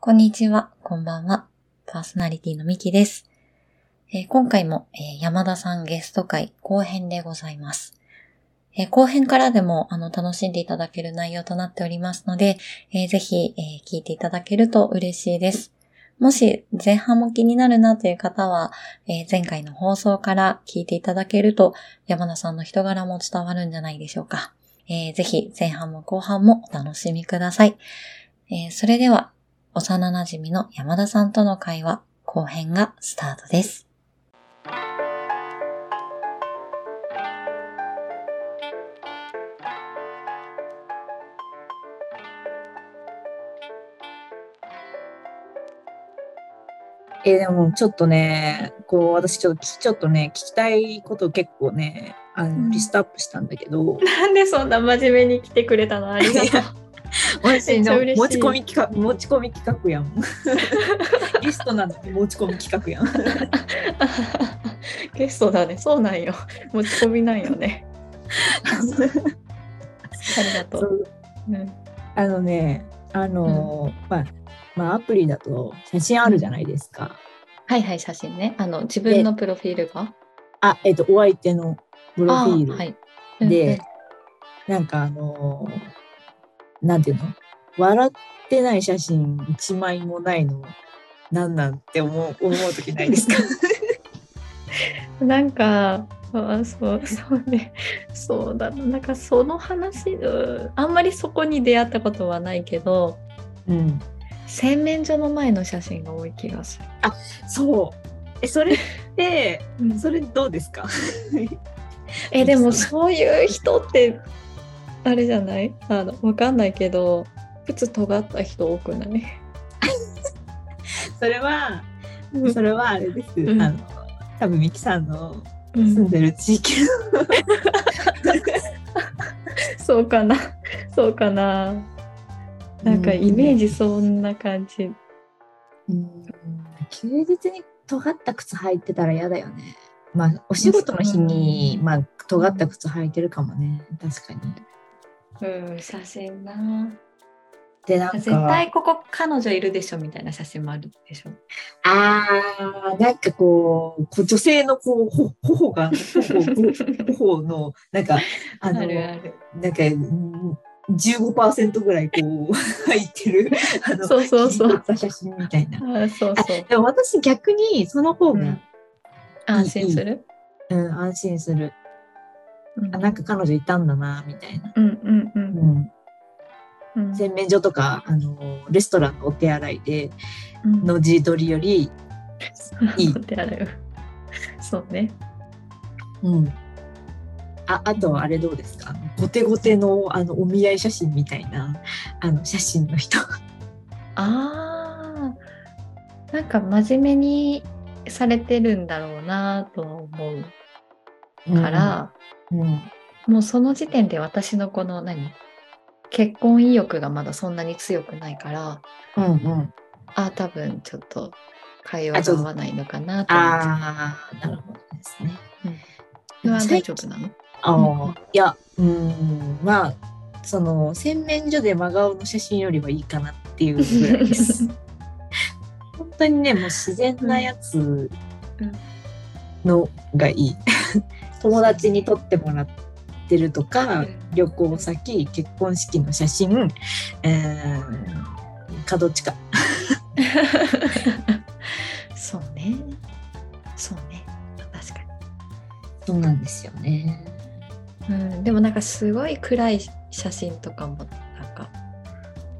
こんにちは、こんばんは。パーソナリティのみきです。えー今回も、えー山田さんゲスト会後編でございます。えー後編からでもあの楽しんでいただける内容となっておりますので、えーぜひ、えー聞いていただけると嬉しいです。もし前半も気になるなという方は、えー前回の放送から聞いていただけると山田さんの人柄も伝わるんじゃないでしょうか。えーぜひ前半も後半もお楽しみください。えーそれでは幼馴染みの山田さんとの会話、後編がスタートです。えーでもちょっとね、こう私ちょっときちょっとね、聞きたいことを結構ね、あうんのリストアップしたんだけど、なんでそんな真面目に来てくれたのありがとう。 私めっちのゃ嬉しい持ち込み企画、持ち込み企画 やん。リストなのに持ち込み企画やん。 ゲストだね、そうなんよ。持ち込みなんよね。 ありがと。そうううんあのね、あのー、まあ、まあアプリだと写真あるじゃないですか。はいはい、写真ね。あの、自分のプロフィールが。あ、えっ、と、お相手のプロフィール。あはい。で、なんかあのーなんていうの笑ってない写真一枚もないのなんなんって思う思う時ないです かうんうんなんか、そうそうそうね。 そうだな。なんかその話、うんあんまりそこに出会ったことはないけど、うん洗面所の前の写真が多い気がする。そうえそれってうんそれどうですか えでもそういう人ってあれじゃないあのわかんないけど靴尖った人多くないそれはうんそれはあれです、うんあの多分ミキさんの住んでる地域 の、 そうかなそうかななんかイメージそんな感じ、うん休日に尖った靴履いてたら嫌だよね。まあ、お仕事の日に、まあ、尖った靴履いてるかもね。確かに。うん、写真なで、なんか。絶対ここ彼女いるでしょみたいな写真もあるでしょああ、なんかこう、こう女性のこう、ほ頬が、頬頬の、なんか、あの、あるあるなんか、うん15%ぐらいこう、 入ってる、あの、そうそうそう切り取った写真みたいな。あそうそうでも私逆にその方うがん、安心するうん、安心する。うんあ、なんか彼女いたんだな、みたいな。うんうんううんん。うん洗面所とか、あの、レストランのお手洗いでの自撮りより、 いいうん手洗うそうねうん。ああとはあれどうですかあのゴテゴテのあのお見合い写真みたいなあの写真の人。あーなんか真面目にされてるんだろうなとは思うから、うん、うんもうその時点で私のこの何結婚意欲がまだそんなに強くないからうんうんあー多分ちょっと会話が合わないのかなと思っちゃああなるほどですね。う。それは大最丈夫なのあうんーいやうんまあその洗面所で真顔の写真よりはいいかなっていうぐら いです。本当にねもう自然なやつのがいい 友達に撮ってもらってるとか、うん旅行先結婚式の写真えー、角地かそうねそうね確かに。そうなんですよねうん、でもなんかすごい暗い写真とかもなんか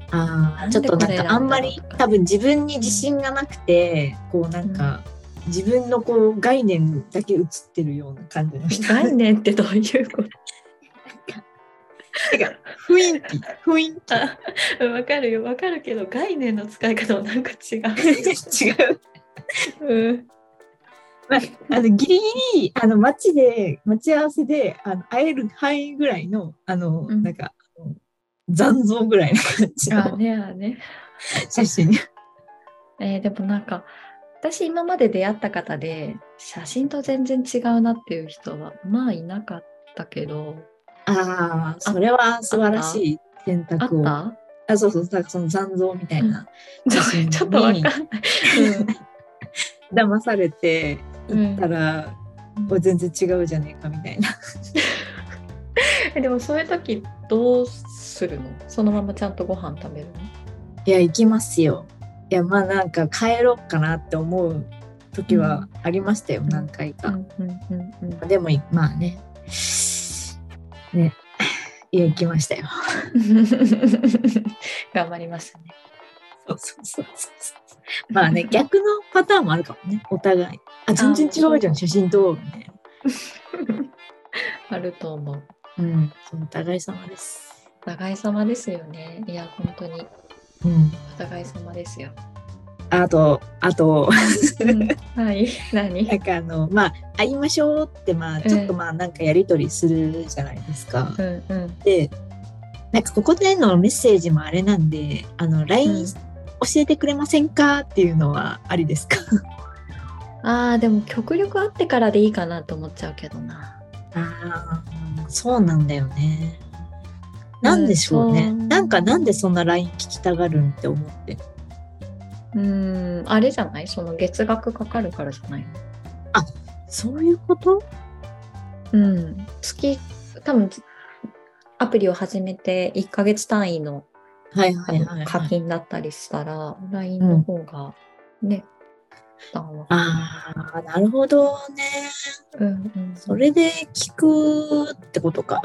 あなーんちでょっとこれなんかあんま選りんだのとか多分自分に自信がなくてこうなんか、自分のこう概念だけ写ってるような感じ の人概念ってどういうことてか雰囲気雰囲あわかるよわかるけど概念の使い方はなんか違気違う う。うん、まあ、あのギリギリあの街で待ち合わせであの会える範囲ぐらいのあの、うんなんかあの残像ぐらいの感じあーのねあーね。写真、えーでもなんか私今まで出会った方で写真と全然違うなっていう人はまあいなかったけどああそれは素晴らしい選あっ択をたあ、そうそう、なんかその残像みたいな写真 にちょっとわかんない。騙されて行ったら、うんこれ全然違うじゃねえかみたいな。えでもそういう時どうするのそのままちゃんとご飯食べるのいや、行きますよ。いや、まあなんか帰ろうかなって思う時はありましたよ、ん何回か。うんうんうんでも、まあね。ね。いや、行きましたよ。 頑張りましたね。そうそうそうそう。まあね、逆のパターンもあるかもね、お互い。あ、全然違うじゃん、写真と、みたいな。あると思う。うん、そうお互い様です。お互い様ですよね。いや、本当にうん。お互い様です よ。あと、あと、 はい、 何なんかあの、まあ、会いましょうって、まあ、ちょっとまあ、なんかやりとりするじゃないですかう。んうん。で、なんかここでのメッセージもあれなんで、あの、う LINE ん教えてくれませんかっていうのはありですかああ、でも極力会ってからでいいかなと思っちゃうけどな。 ああ、そうなんだよね。なんでしょうね。うんなんかなんでそんな LINE 聞きたがるんって思って。うん、あれじゃないその月額かかるからじゃないのそういうことうん、月多分アプリを始めて1ヶ月単位のはいあはいのはい、はい。課金だったりしたら LINE の方がね、負担は。ああ、なるほどね。うんうん、それで聞くってことか。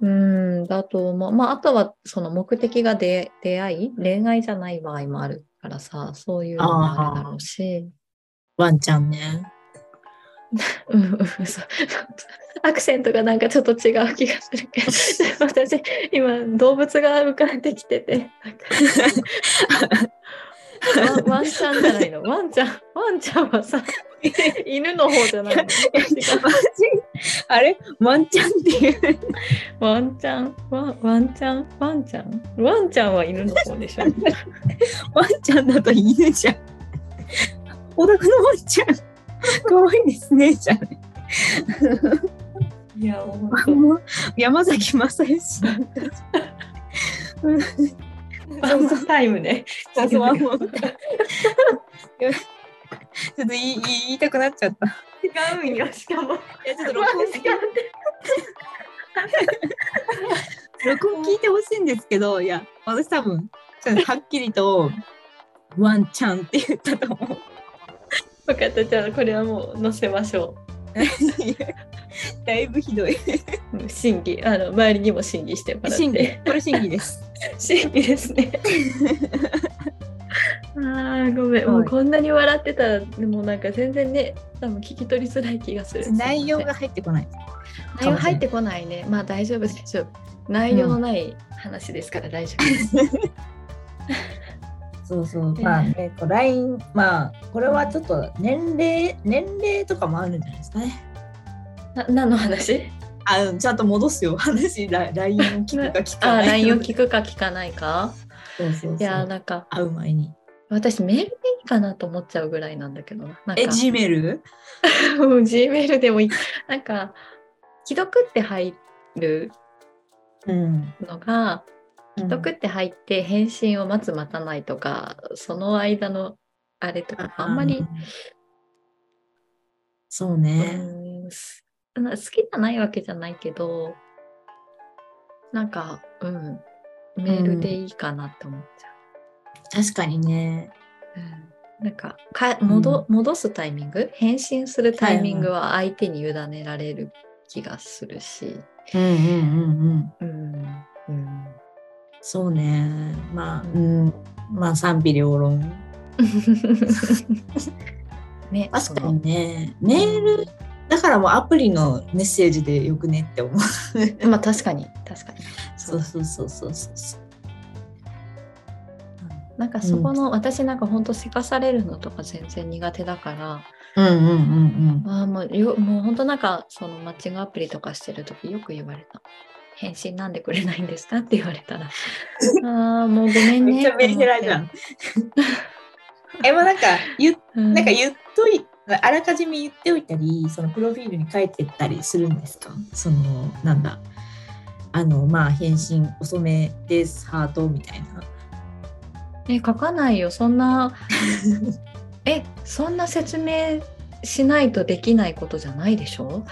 うんだと思う。まああとはその目的が出出会い恋愛じゃない場合もあるからさそういうのもあるだろうし。ワンちゃんね。うんうんそうそう アクセントがなんかちょっと違う気がするけど 私今動物が浮かんできててなんかワンワンちゃんじゃないのワンちゃんワンちゃんはさ犬の方じゃないのあれワンちゃんっていう。ワンちゃんワンワンちゃんワンちゃんワンちゃんは犬の方でしょワンちゃんだと犬じゃん。お宅のワンちゃん。かわいいですね、じゃん。いや本もう山崎まさよし。当ワンモアタイムねそうそうワンモアタちょっと言い言いたくなっちゃった。違うんよ しかもいやちょっと録音聞い録音聞いてほしいんですけど、いや、私多分、ちょっとはっきりと、ワンちゃんって言ったと思う。分かったじゃあこれはもう載せましょうだいぶひどい。うん審議あの周りにも審議してもらって審議。これ審議です。審議ですねあーごめん、もはういこんなに笑ってたらでもなんか全然ね多分聞き取りづらい気がする内容すいまが入ってこない。せん内容入ってこないねまあ大丈夫大丈夫内容のない話ですから大丈夫です、そうそう。えまあ、ね、こう LINE、まあ、これはちょっと年齢、年齢とかもあるんじゃないですかね。 な何の話あ、うんちゃんと戻すよ。話、ラ LINE を聞くか聞かあないか。 LINE を聞くか聞かないかそうそうそう。いやーなんか会う前に。私メールでいいかなと思っちゃうぐらいなんだけどななんかえ、G メルうん G メールでもいいなんか既読って入るうん。のが既得読って入って返信を待つ待たないとかその間のあれとかあんまり、。そううね。ーんすな好きじゃないわけじゃないけどなんかうんメールでいいかなって思っちゃ確かにね。う、うんなんかか戻戻すタイミング返信するタイミングは相手に委ねられる気がするし、うんうんうんうん。うんうん、そうね。まあ、うん。まあ、賛否両論。 ね確かにね。メール、だからもうアプリのメッセージでよくねって思う。そのまあ確かに確かにそうそうそうそうそうそう。なんかそこの、私なんかほんとせかされるのとか全然苦手だからうんうんうんあーもうよもうほんとなんかそのマッチングアプリとかしてる時よく言われた「返信なんでくれないんですか?」って言われた ら「ああもうごめんね」めっちゃメリヘラじゃん。 え、もうなんか、言っと思って、うなんか言っといあらかじめ言っておいたり、そのプロフィールに書いてったりするんですかその、なんだ。あのまあ返信遅めですハートみたいなえ書かないよそん なえそんな説明しないとできないことじゃないでしょ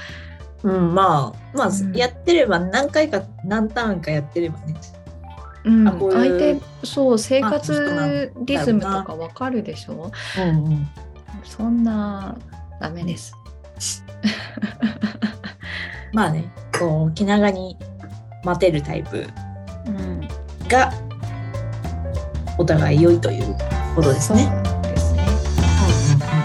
うんまあまあ、うんやってれば何回か何ターンかやってればねうん、あこう相いう手そう生あそうなん活だよリズムとかわかるでしょうんうんそんなダメです。まあねこう気長に待てるタイプうん、がお互い良いということですね。そうですね。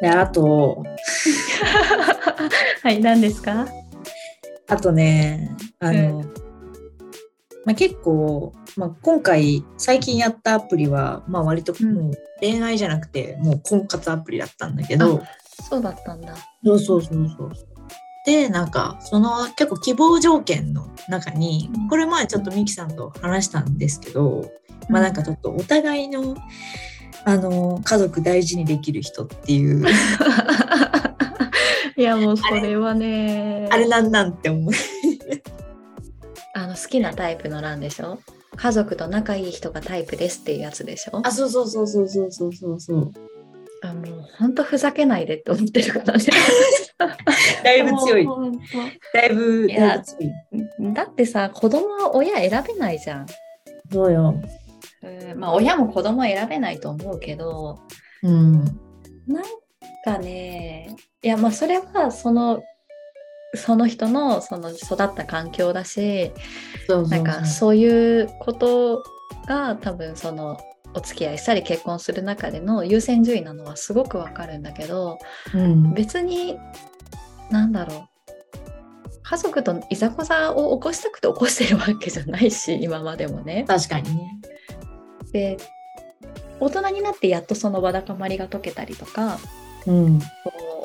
であとはい、何ですか？あとねあの、まあ、結構、まあ、今回最近やったアプリは、まあ、割とうんもう恋愛じゃなくてもう婚活アプリだったんだけど、そうだったんだ。そうそうそうそうでなんかその結構希望条件の中にうんこれ前ちょっとミキさんと話したんですけど、まあなんかちょっとお互いのあの家族大事にできる人っていう いやもうそれはねあれなんなんて思うあの好きなタイプの欄でしょ家族と仲いい人がタイプですっていうやつでしょあそうそうそうそうそうそうそうそうあもうほんとふざけないでって思ってるからね だいぶ強い もうほんとだいぶいやだいぶ強いだってさ子供は親選べないじゃん、そうようんまあ親も子供は選べないと思うけどうんなんかねいやまあそれはそのその人のその育った環境だしそうそうそうなんかそういうことが多分そのお付き合いしたり結婚する中での優先順位なのはすごくわかるんだけどうん別になんだろう家族といざこざを起こしたくて起こしてるわけじゃないし今までもね。確かにねで大人になってやっとそのわだかまりが解けたりとかうんこ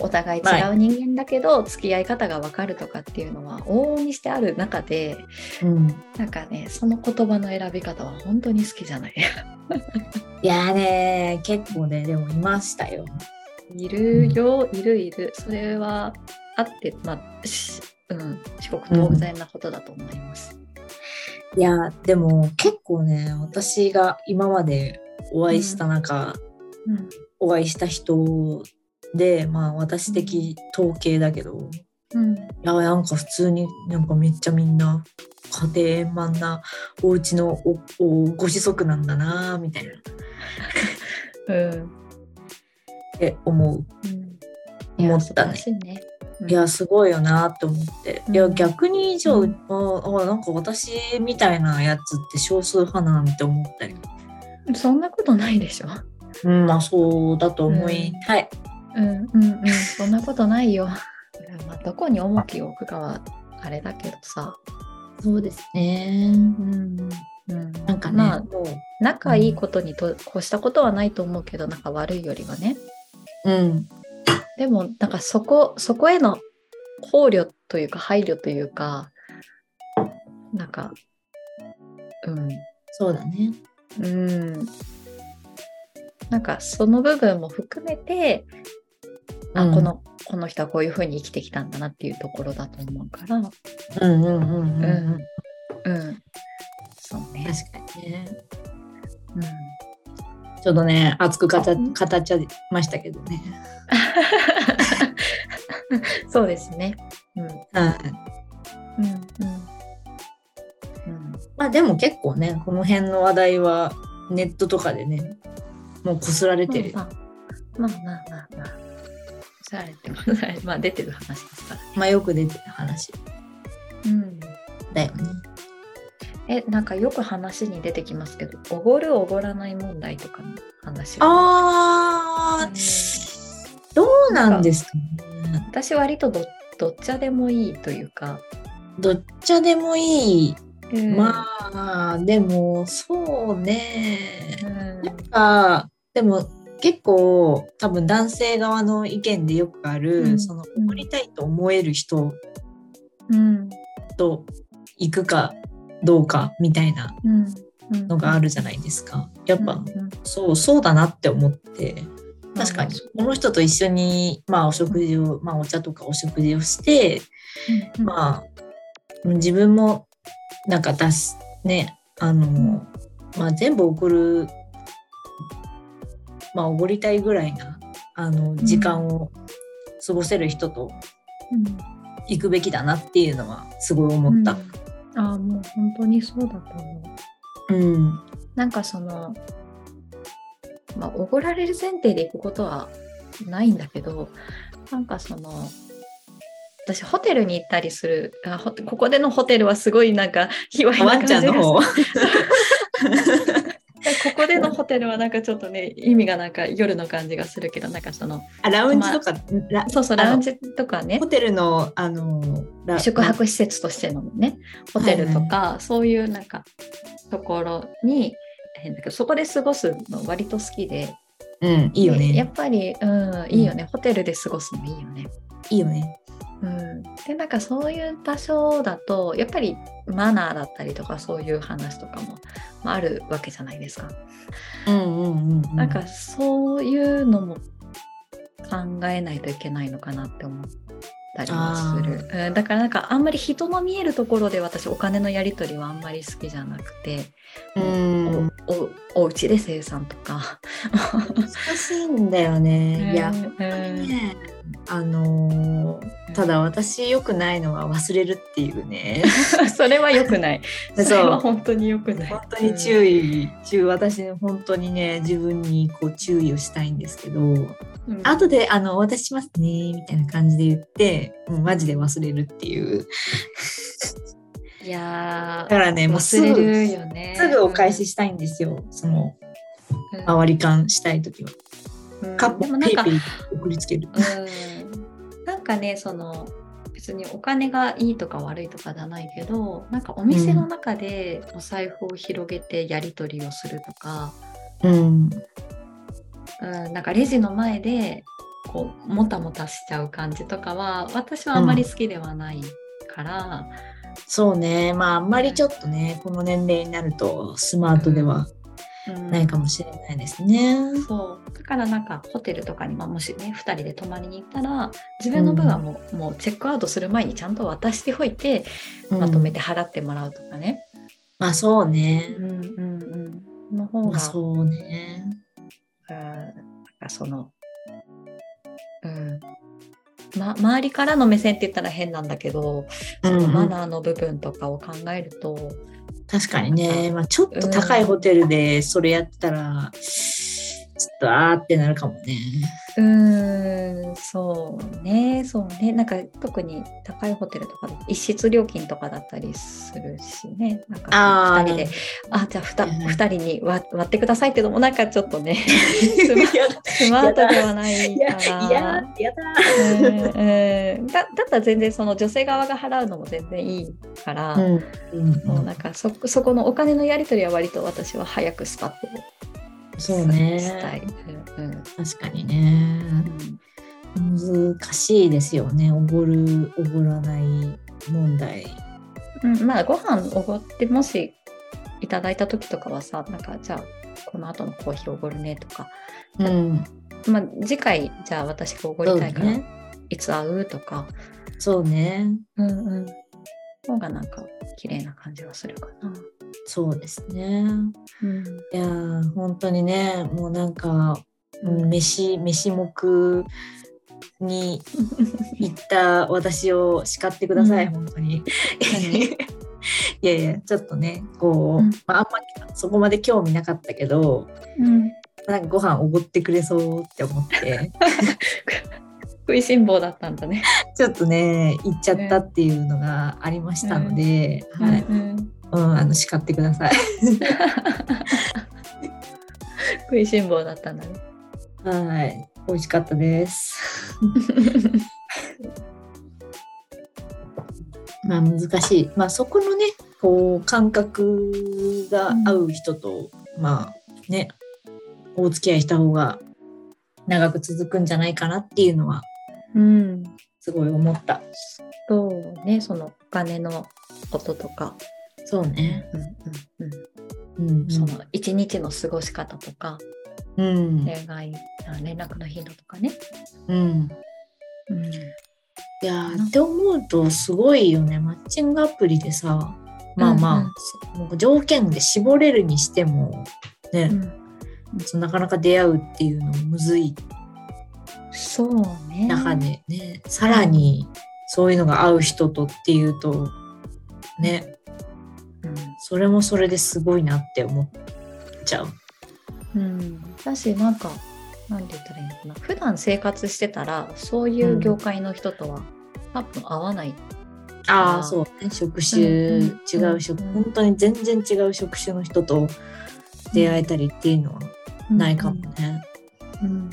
うお互い違はう人間だけど付き合い方がわかるとかっていうのは往々にしてある中でうんなんかねその言葉の選び方は本当に好きじゃない。 いやーね結構ねでもいましたよいるよ、いるいる。それはあって、まあ、しうん、至極当然なことだと思います。いやでも結構ね私が今までお会いした中、うん、お会いした人でまあ私的統計だけどうん、いやなんか普通になんかめっちゃみんな家庭円満なお家のおおご子息なんだなみたいなっうん、て思ういや思った素晴らねしいね。うんいやすごいよなって思って、いやうん逆にじゃあ,、うんああなんか私みたいなやつって少数派なんて思ったりそんなことないでしょ。うんまあそうだと思い、うんはいうん、うん、うん、そんなことないよ。 まあ、どこに重きを置くかはあれだけどさ。そうですねうん、うん、なんかね、まあ、もう仲いいことにと越したことはないと思うけど、仲悪いよりはね。うん、でもなんかそこそこへの考慮というか配慮というかなんかうんそうだね。うんなんかその部分も含めて、うあんこのこの人はこういうふうに生きてきたんだなっていうところだと思うからうんうんうんうんうんううん。そうね、確かにね。うん、ちょっとね、熱く語っ語っちゃいましたけどね。そうですねうんはい。うんうんまあでも結構ね、この辺の話題はネットとかでね、もうこすられてる。まあまあまあまあまあまあおしゃれってことだ ねまあ出てる話ですからまあよく出てる話うん、だよね。えなんかよく話に出てきますけどおごるおごらない問題とかの話はあうんー、どうなんですかね。私割とどどっちゃでもいいというか、どっちゃでもいい。うんまあ、でも、そうね。うんなんか、でも、結構、多分男性側の意見でよくある、うんその、怒りたいと思える人うんと行くかどうかみたいなうんうん、のがあるじゃないですか。やっぱ、うんそう、そうだなって思って。確かにうこの人と一緒に、まあ、お食事を、まあ、お茶とかお食事をして、んまあ、自分もなんか出すねあの、まあ、全部送るまあおごりたいぐらいなあの時間を過ごせる人とうん行くべきだなっていうのはすごい思った。うんああもう本当にそうだと思ううん、なんかそのまあおごられる前提で行くことはないんだけどなんかその私ホテルに行ったりするあホここでのホテルはすごいなんか卑猥なワン感ちじゃがんの方ここでのホテルはなんかちょっとね意味がなんか夜の感じがするけどなんかそのあラウンジとか、ラそうそうあのラウンジとかねホテルのあのラ宿泊施設としてのねホテルとか、そういうなんかところに変だけどそこで過ごすの割と好きでうんいいよでやねっぱり、うん、いいよね、ホテルで過ごすのいいよね。いいよねうん、でなんかそういう場所だとやっぱりマナーだったりとかそういう話とかも、まあ、あるわけじゃないですか。うんうんうんなんかそういうのも考えないといけないのかなって思ったりもする、うん、だからなんかあんまり人の見えるところで私お金のやり取りはあんまり好きじゃなくて、うんおおお家で生産とか。難しいんだよね、いうやんねあのーただ私良くないのは忘れるっていうねそれは良くない。 そ うそれは本当に良くない。本当に注意注意私ね本当にね自分にこう注意をしたいんですけどうん、うん後であのお渡ししますねみたいな感じで言ってもうマジで忘れるっていういやだーからねもうす忘ぐれるよね。すぐお返ししたいんですよそのうん、周り感したい時はうんカップでもなペんイかペイ送りつけるうんなんかねその別にお金がいいとか悪いとかじゃないけどなんかお店の中でお財布を広げてやり取りをするとか、うんうん、なんかレジの前でこうもたもたしちゃう感じとかは私はあんまり好きではないから、そうねまああんまりちょっとねこの年齢になるとスマートではうんないかもしれないですね。そうだからなんかホテルとかに、まあ、もしね2人で泊まりに行ったら自分の分はもう,、もうチェックアウトする前にちゃんと渡しておいてうんまとめて払ってもらうとかね。まあそうね。うんうんうん、の方まあがそうね。うんなんかその、うんま、周りからの目線って言ったら変なんだけど、そのマナーの部分とかを考えると、確かにね。まあちょっと高いホテルでそれやってたら、ちょっとあーってなるかもね。うーん、そうね、そうね、なんか特に高いホテルとかで一室料金とかだったりするしね、なんかあー2人で、あじゃあ 2, うん二人に割割ってくださいってのも、なんかちょっと ね、スマスマートではないいかや、ら。いや、いやだ。うんうん だだったら全然その女性側が払うのも全然いいから、ん。もうなんかそそこのお金のやり取りは割と私は早くスパッとそうしたいね。。うんうん確かにね。難しいですよね。おごる、おごらない問題。うんまあご飯おごってもしいただいた時とかはさなんかじゃあこの後のコーヒーおごるねとか、うん。まあ、次回じゃあ私がおごりたいから、。いつ会うとか、そうね。うんうん、方がなんか綺麗な感じはするかな。そうですね。うんいやー本当にねもうなんか、うん、飯飯目 に行った私を叱ってください、うん本当に。何いや いやちょっとねこうう、んまあ、あんまりそこまで興味なかったけどうんなんかご飯おごってくれそうって思って食いしん坊だったんだね。ちょっとね行っちゃったっていうのがありましたので、はい、うん、あの叱ってください。 食いしん坊だったんだね。はい美味しかったです。 まあ難しい。まあそこのね、こう感覚が合う人と、まあね、お付き合いした方が長く続くんじゃないかなっていうのはうん、すごい思った。そうねそのお金のこととか、そうね。うんうんうんうん、うんその一日の過ごし方とか、うん、例外あ連絡の頻度とかね、うん。うん、いやーって思うとすごいよねマッチングアプリでさまあまあ、もう条件で絞れるにしてもね、そうなかなか出会うっていうのもむずいそうね中でね、さらにそういうのが合う人とっていうとねそれもそれですごいなって思っちゃう。うん、うん、だしなんかなんて言ったらいいのかな普段生活してたらそういう業界の人とは多分合わない、ああーあそうね職う種、ん違う職、うん本当に全然違う職種の人と出会えたりっていうのはないかもね。うん、うん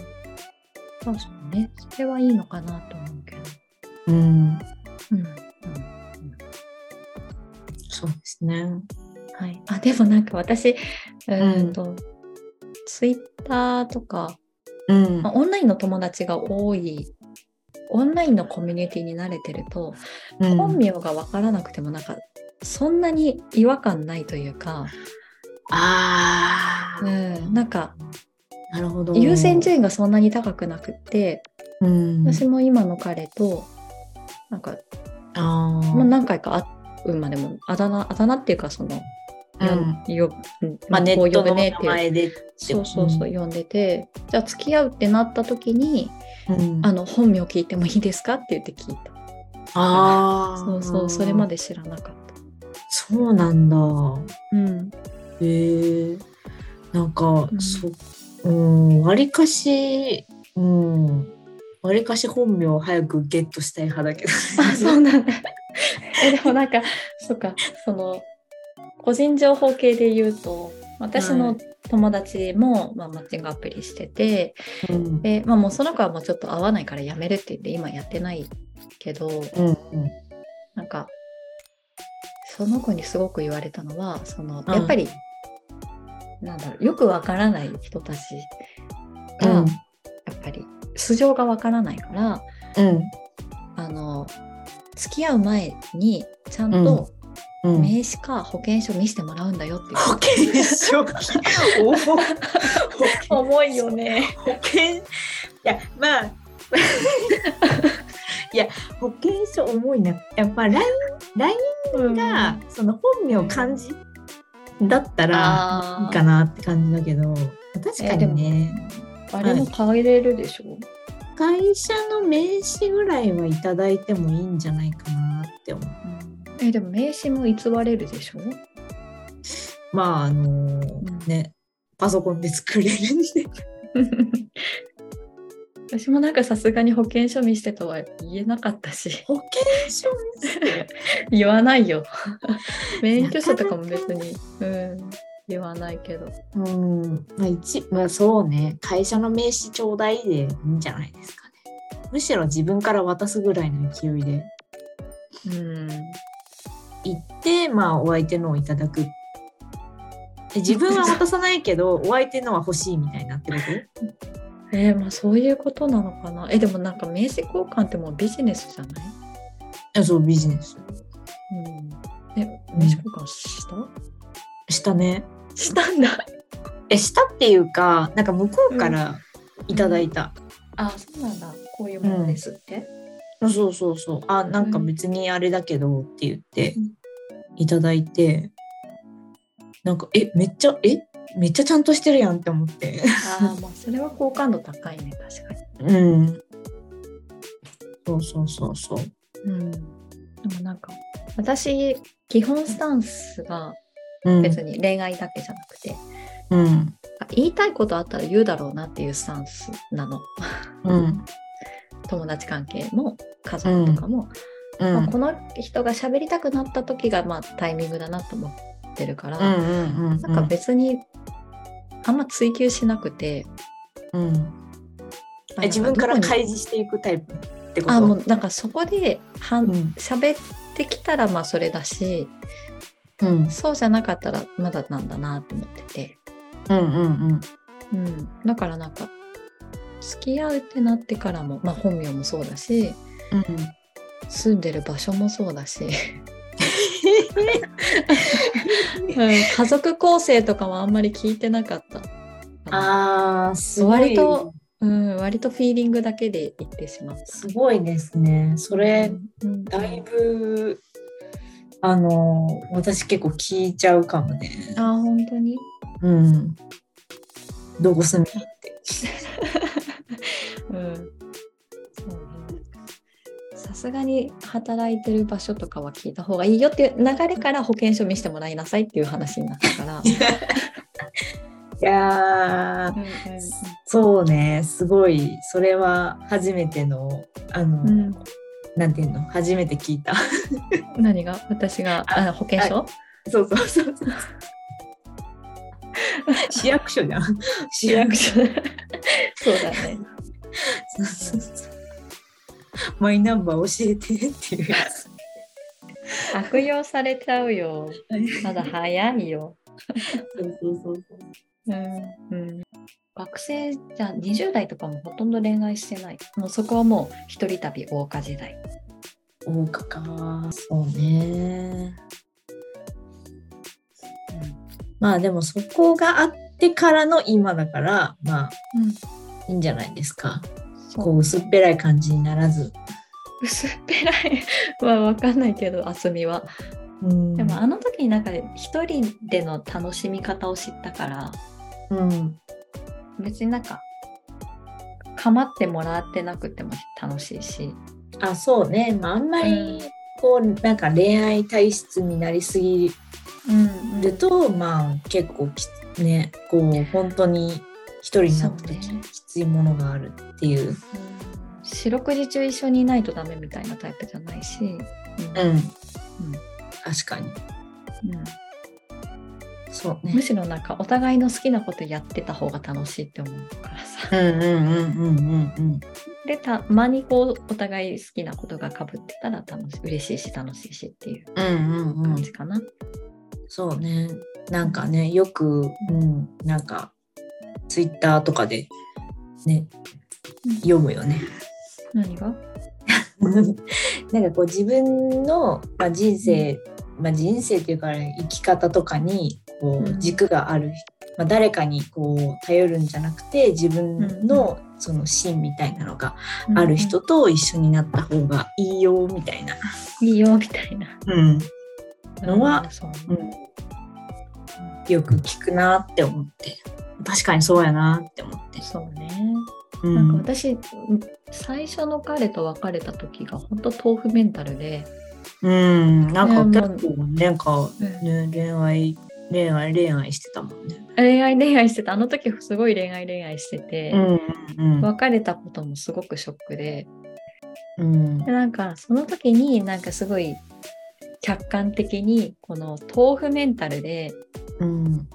そうそうねそれはいいのかなと思うけどうん、うん、うん、そうですね。はいあでもなんか私うーんと、ツイッターとかうんまあ、オンラインの友達が多いオンラインのコミュニティに慣れてると、うん本名が分からなくてもなんかそんなに違和感ないというか、ああ、うん、なんかなるほど。優先順位がそんなに高くなくって、うん、私も今の彼となんかあーもう何回か会うまでもあだ名あだ名っていうかその、うんよんまあ、ネこうット呼ぶのね名っていう前で、そうそうそう呼んでて、じゃあ付き合うってなった時にうんあの本名聞いてもいいですかって言って聞いた。あーそうそう、それま。で知らなかった。そうなんだ。うん。へえなんか、うんそうん、わりかし、うん、わりかし本名を早くゲットしたい派だけど。あ、 そうなんだ。 え、でもなんか、そっか、その、個人情報系で言うと、私の友達も、まあ、マッチングアプリしてて、うん、で、まあもうその子はもうちょっと合わないからやめるって言って、今やってないけど、うん、うん、なんか、その子にすごく言われたのは、その、うんやっぱり、なんだろう、よくわからない人たちうが、んやっぱり、素性がわからないから、うん、あの付き合う前にちゃんとうん。名刺か保険証見せてもらうんだよっていう、保険証金 重い重いよ ね。保険いやまあ いや保険証重いなやっぱ LINE, LINE がその本名漢字だったらいいあかなって感じだけど確かにね、あれも変えれるでしょ、会社の名刺ぐらいはいただいてもいいんじゃないかなって思うえでも名刺も偽れるでしょまああのねパソコンで作れるんで 私もなんかさすがに保険証見せてとは言えなかったし 保険証言わない よ免許証とかも別にうん言わないけどうん、まあ一、まあそうね、会社の名刺ちょうだいでいいんじゃないですかね。むしろ自分から渡すぐらいの勢いでうん行って、まあお相手のをいただく。え自分は渡さないけ ど、お相手のは欲しいみたいなってことえーまあそういうことなのかなえでもなんか名刺交換ってもうビジネスじゃないいやそう、ビジネス。うんえ、名刺交換した、したね。したんだ。え、したっていうか、なんか向こうからいただいた。あ、そうなんだ。こういうものですって。そうそうそう。あ、なんか別にあれだけどって言って うんいただいて、なんか、え、めっちゃ、え、めっちゃちゃんとしてるやんって思って。ああ、まあそれは好感度高いね、確かうん。そうそうそうそう。に。うん。でもなんか、私、基本スタンスがうん、別に恋愛だけじゃなくて、うん。言いたいことあったら言うだろうなっていうスタンスなの。うん。友達関係も家族とかも、うまあ、ん。この人が喋りたくなった時がまあタイミングだなと思ってるから、うんうんうん。なんか別にあんま追求しなくて、うん。まあえ自分からなんどこに開示していくタイプ。ってことあもうなんかそこではんうん喋ってきたらまあそれだしうんそうじゃなかったらまだなんだなと思ってて、うんうんうん、だからなんか付き合うってなってからも、まあ、本名もそうだしうん住んでる場所もそうだし、うん家族構成とかはあんまり聞いてなかった。あーすごい割とうん、割とフィーリングだけで言ってしまった。すごいですねそれうんだいぶあの私結構聞いちゃうかもねあー本当に、うんどこ住みってうんそうねさすがに働いてる場所とかは聞いた方がいいよっていう流れから保険証見せてもらいなさいっていう話になったから。 いやーそうねすごいそれは初めてのあの、うんなんていうの初めて聞いた 何が私があ保険証そうそうそう そう市役所じゃん市所所そうだね。そうそうそうマイナンバー教えてっていうや つ悪用されちゃうよ。まだ早いよ。そうそうそうそう学生じゃ20代とかもほとんど恋愛してない。もうそこはもう一人旅大岡時代。大岡かそうねまあでもそこがあってからの今だからまあうん、いいんじゃないですかそうこう薄っぺらい感じにならず薄っぺらいは分かんないけど渥美は。うんでもあの時になんか一人での楽しみ方を知ったからうん別になんか構ってもらってなくても楽しいし。あそうね、まあ、あんまうんりこうなんか恋愛体質になりすぎうんると、まあ結構きつねこう本当に一人になった時、そうねきついものがあるっていう、四六時中一緒にいないとダメみたいなタイプじゃないし、うんうん確かにうんそうむねしろなんかお互いの好きなことやってた方が楽しいって思うからさうんうんうんうんうんうんでたまにこうお互い好きなことがかぶってたら楽しい嬉しいし楽しいしっていううんうんう感んじかな、そうねなんかねよく、うん、なんかツイッターとかでねうん読むよね何が なんかこう自分の、まあ、人生、まあ、人生というか生き方とかにこううん軸がある、まあ、誰かにこう頼るんじゃなくて自分のその芯みたいなのがある人と一緒になった方がいいよみたいな、いいよみたいなうんのはうんそううんよく聞くなって思って確かにそうやなって思って。そうね、うなんかん私うん最初の彼と別れた時が本当豆腐メンタルで、うん、なんねかもう結構なんか、ね、恋愛恋愛恋愛してたもんね。恋愛恋愛してたあの時すごい恋愛恋愛してて、んうん別れたこともすごくショックでうんでなんかその時になんかすごい客観的にこの豆腐メンタルでうん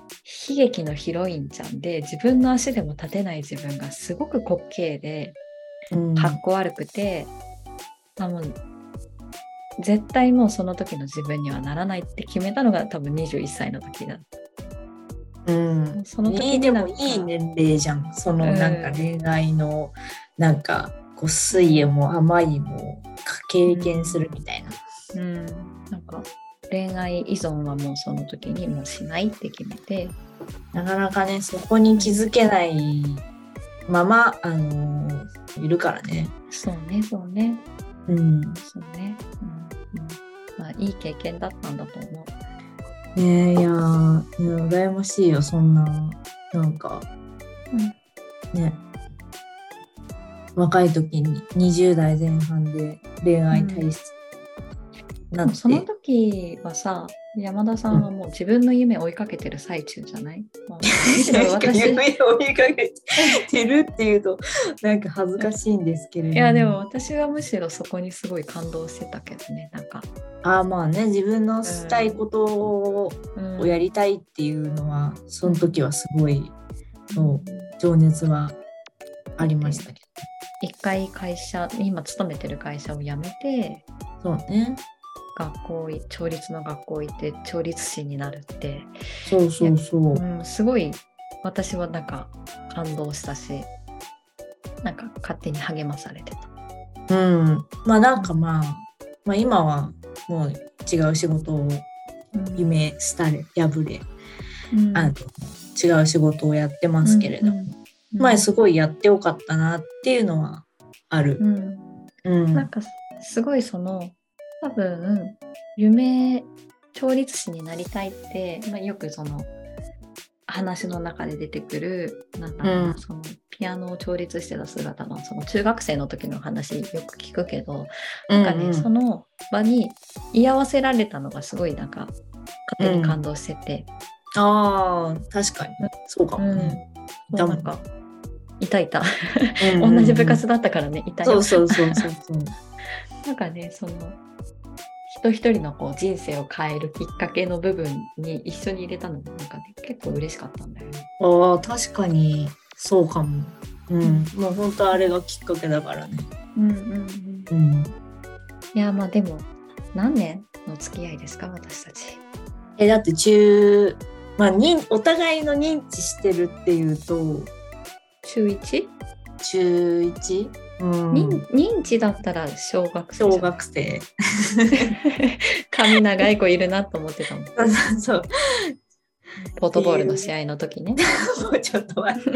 悲劇のヒロインちゃんで自分の足でも立てない自分がすごく滑稽でうんかっこ悪くて、あもう絶対もうその時の自分にはならないって決めたのが多分21歳の時だっうんたその時いいにでなんもかいい年齢じゃんそのうんなんか恋愛のなんかこう水泳も甘いも経験するみたいな、うん、なんか恋愛依存はもうその時にもうしないって決めてなかなかねそこに気づけないままあのーいるからねそうねそうねうんそうね、うんうんまあ、いい経験だったんだと思う。ねえいやー、ね、羨ましいよそんななんかね若い時に20代前半で恋愛体質、でなんもてその時はさ山田さんはもう自分の夢を追いかけてる最中じゃない、まあむしろ確かに私い夢を追いかけてるっていうとなんか恥ずかしいんですけれどやでも私はむしろそこにすごい感動してたけどねなんか、ああまあね自分のしたいことをうんやりたいっていうのはその時はすごいうんそう情熱はありましたけ一回会社今勤めてる会社を辞めてど。そうね。学校い調律の学校行って調律師になるって、そうそうそうう。ん、すごい私はなんか感動したしなんか勝手に励まされてた。うん。まあなんかまあ、まあ今はもう違う仕事を夢廃れ、破れ、うんあの違う仕事をやってますけれども、うんうん前すごいやってよかったなっていうのはある。うんうん。なんかすすごいその多分夢調律師になりたいって、まあ、よくその話の中で出てくるなんだろうなうんそのピアノを調律してた姿のその中学生の時の話よく聞くけど、なんかね、うんうんその場に居合わせられたのがすごいなんか勝手に感動してて、ああ、確かに。そうかもね。うんだもんなんかいたいたうんうんう同んじ部活だったからねいたよそうそうそうそうそう。なんかねその人一人のこう人生を変えるきっかけの部分に一緒に入れたのがなんかね結構嬉しかったんだよね。ああ確かにそうかも。うん、もう本当あれがきっかけだからね。うんうんうん、うん、いやまあでも何年の付き合いですか私たち。えだって中、まあ、認お互いの認知してるっていうと中 1?、中 1? うん認認知だったら小学生じゃん。小学生髪長い子いるなと思ってた もん。 そうポートボールの試合の時ね。もうちょっと待って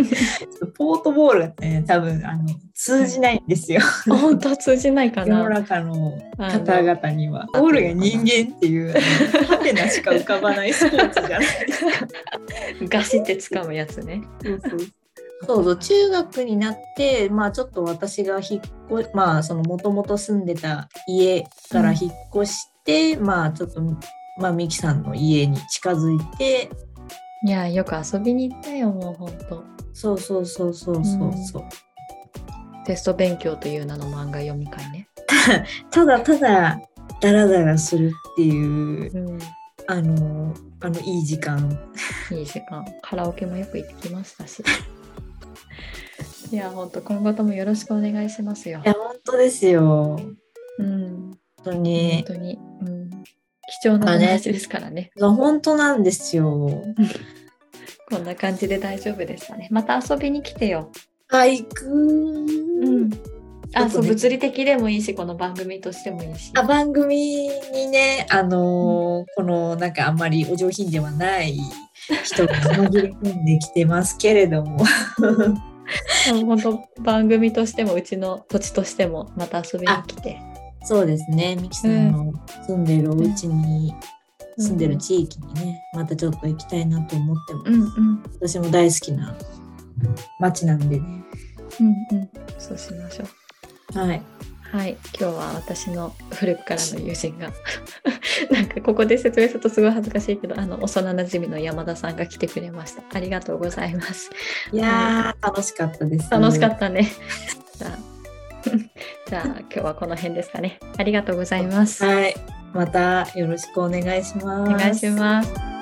ポートボールがね多分あの通じないんですよ本当通じないか世のな。中のあの方々にはボールが人間っていうあのハテナしか浮かばないスポーツじゃないガシって掴むやつね。そうそうそうそう中学になって、まあ、ちょっと私が引っ越まあそのもともと住んでた家から引っ越して、まあちょっと、まあ、ミキさんの家に近づいていやよく遊びに行ったよもう本当。そうそうそうそうそうそう、テスト勉強という名の漫画読み会ね。ただただダラダラするっていううんあのあのいい時間いい時間カラオケもよく行ってきましたし いやほんと今後ともよろしくお願いしますよい、や本当ですよ本うん、当本に当に、うん、貴重なお話ですからね本当なんですよこんな感じで大丈夫ですかねまた遊びに来てよ、俳句うんあちょそうっとね物理的でもいいしこの番組としてもいいしあ番組にね、あのーこのなんかあんまりお上品ではない人が紛れ込んできてますけれども本当番組としてもうちの土地としてもまた遊びに来て そうですねミキさんの住んでるお家に、うん住んでる地域にねまたちょっと行きたいなと思っても、うんうん私も大好きな町なんでねうんうんそうしましょうはいはい、今日は私の古くからの友人が なんかここで説明するとすごい恥ずかしいけどあの幼なじみの山田さんが来てくれましたありがとうございますいやー楽しかったです楽しかったね、じゃあじゃあ 今日はこの辺ですかねありがとうございます、はいまたよろしくお願いしますお願いします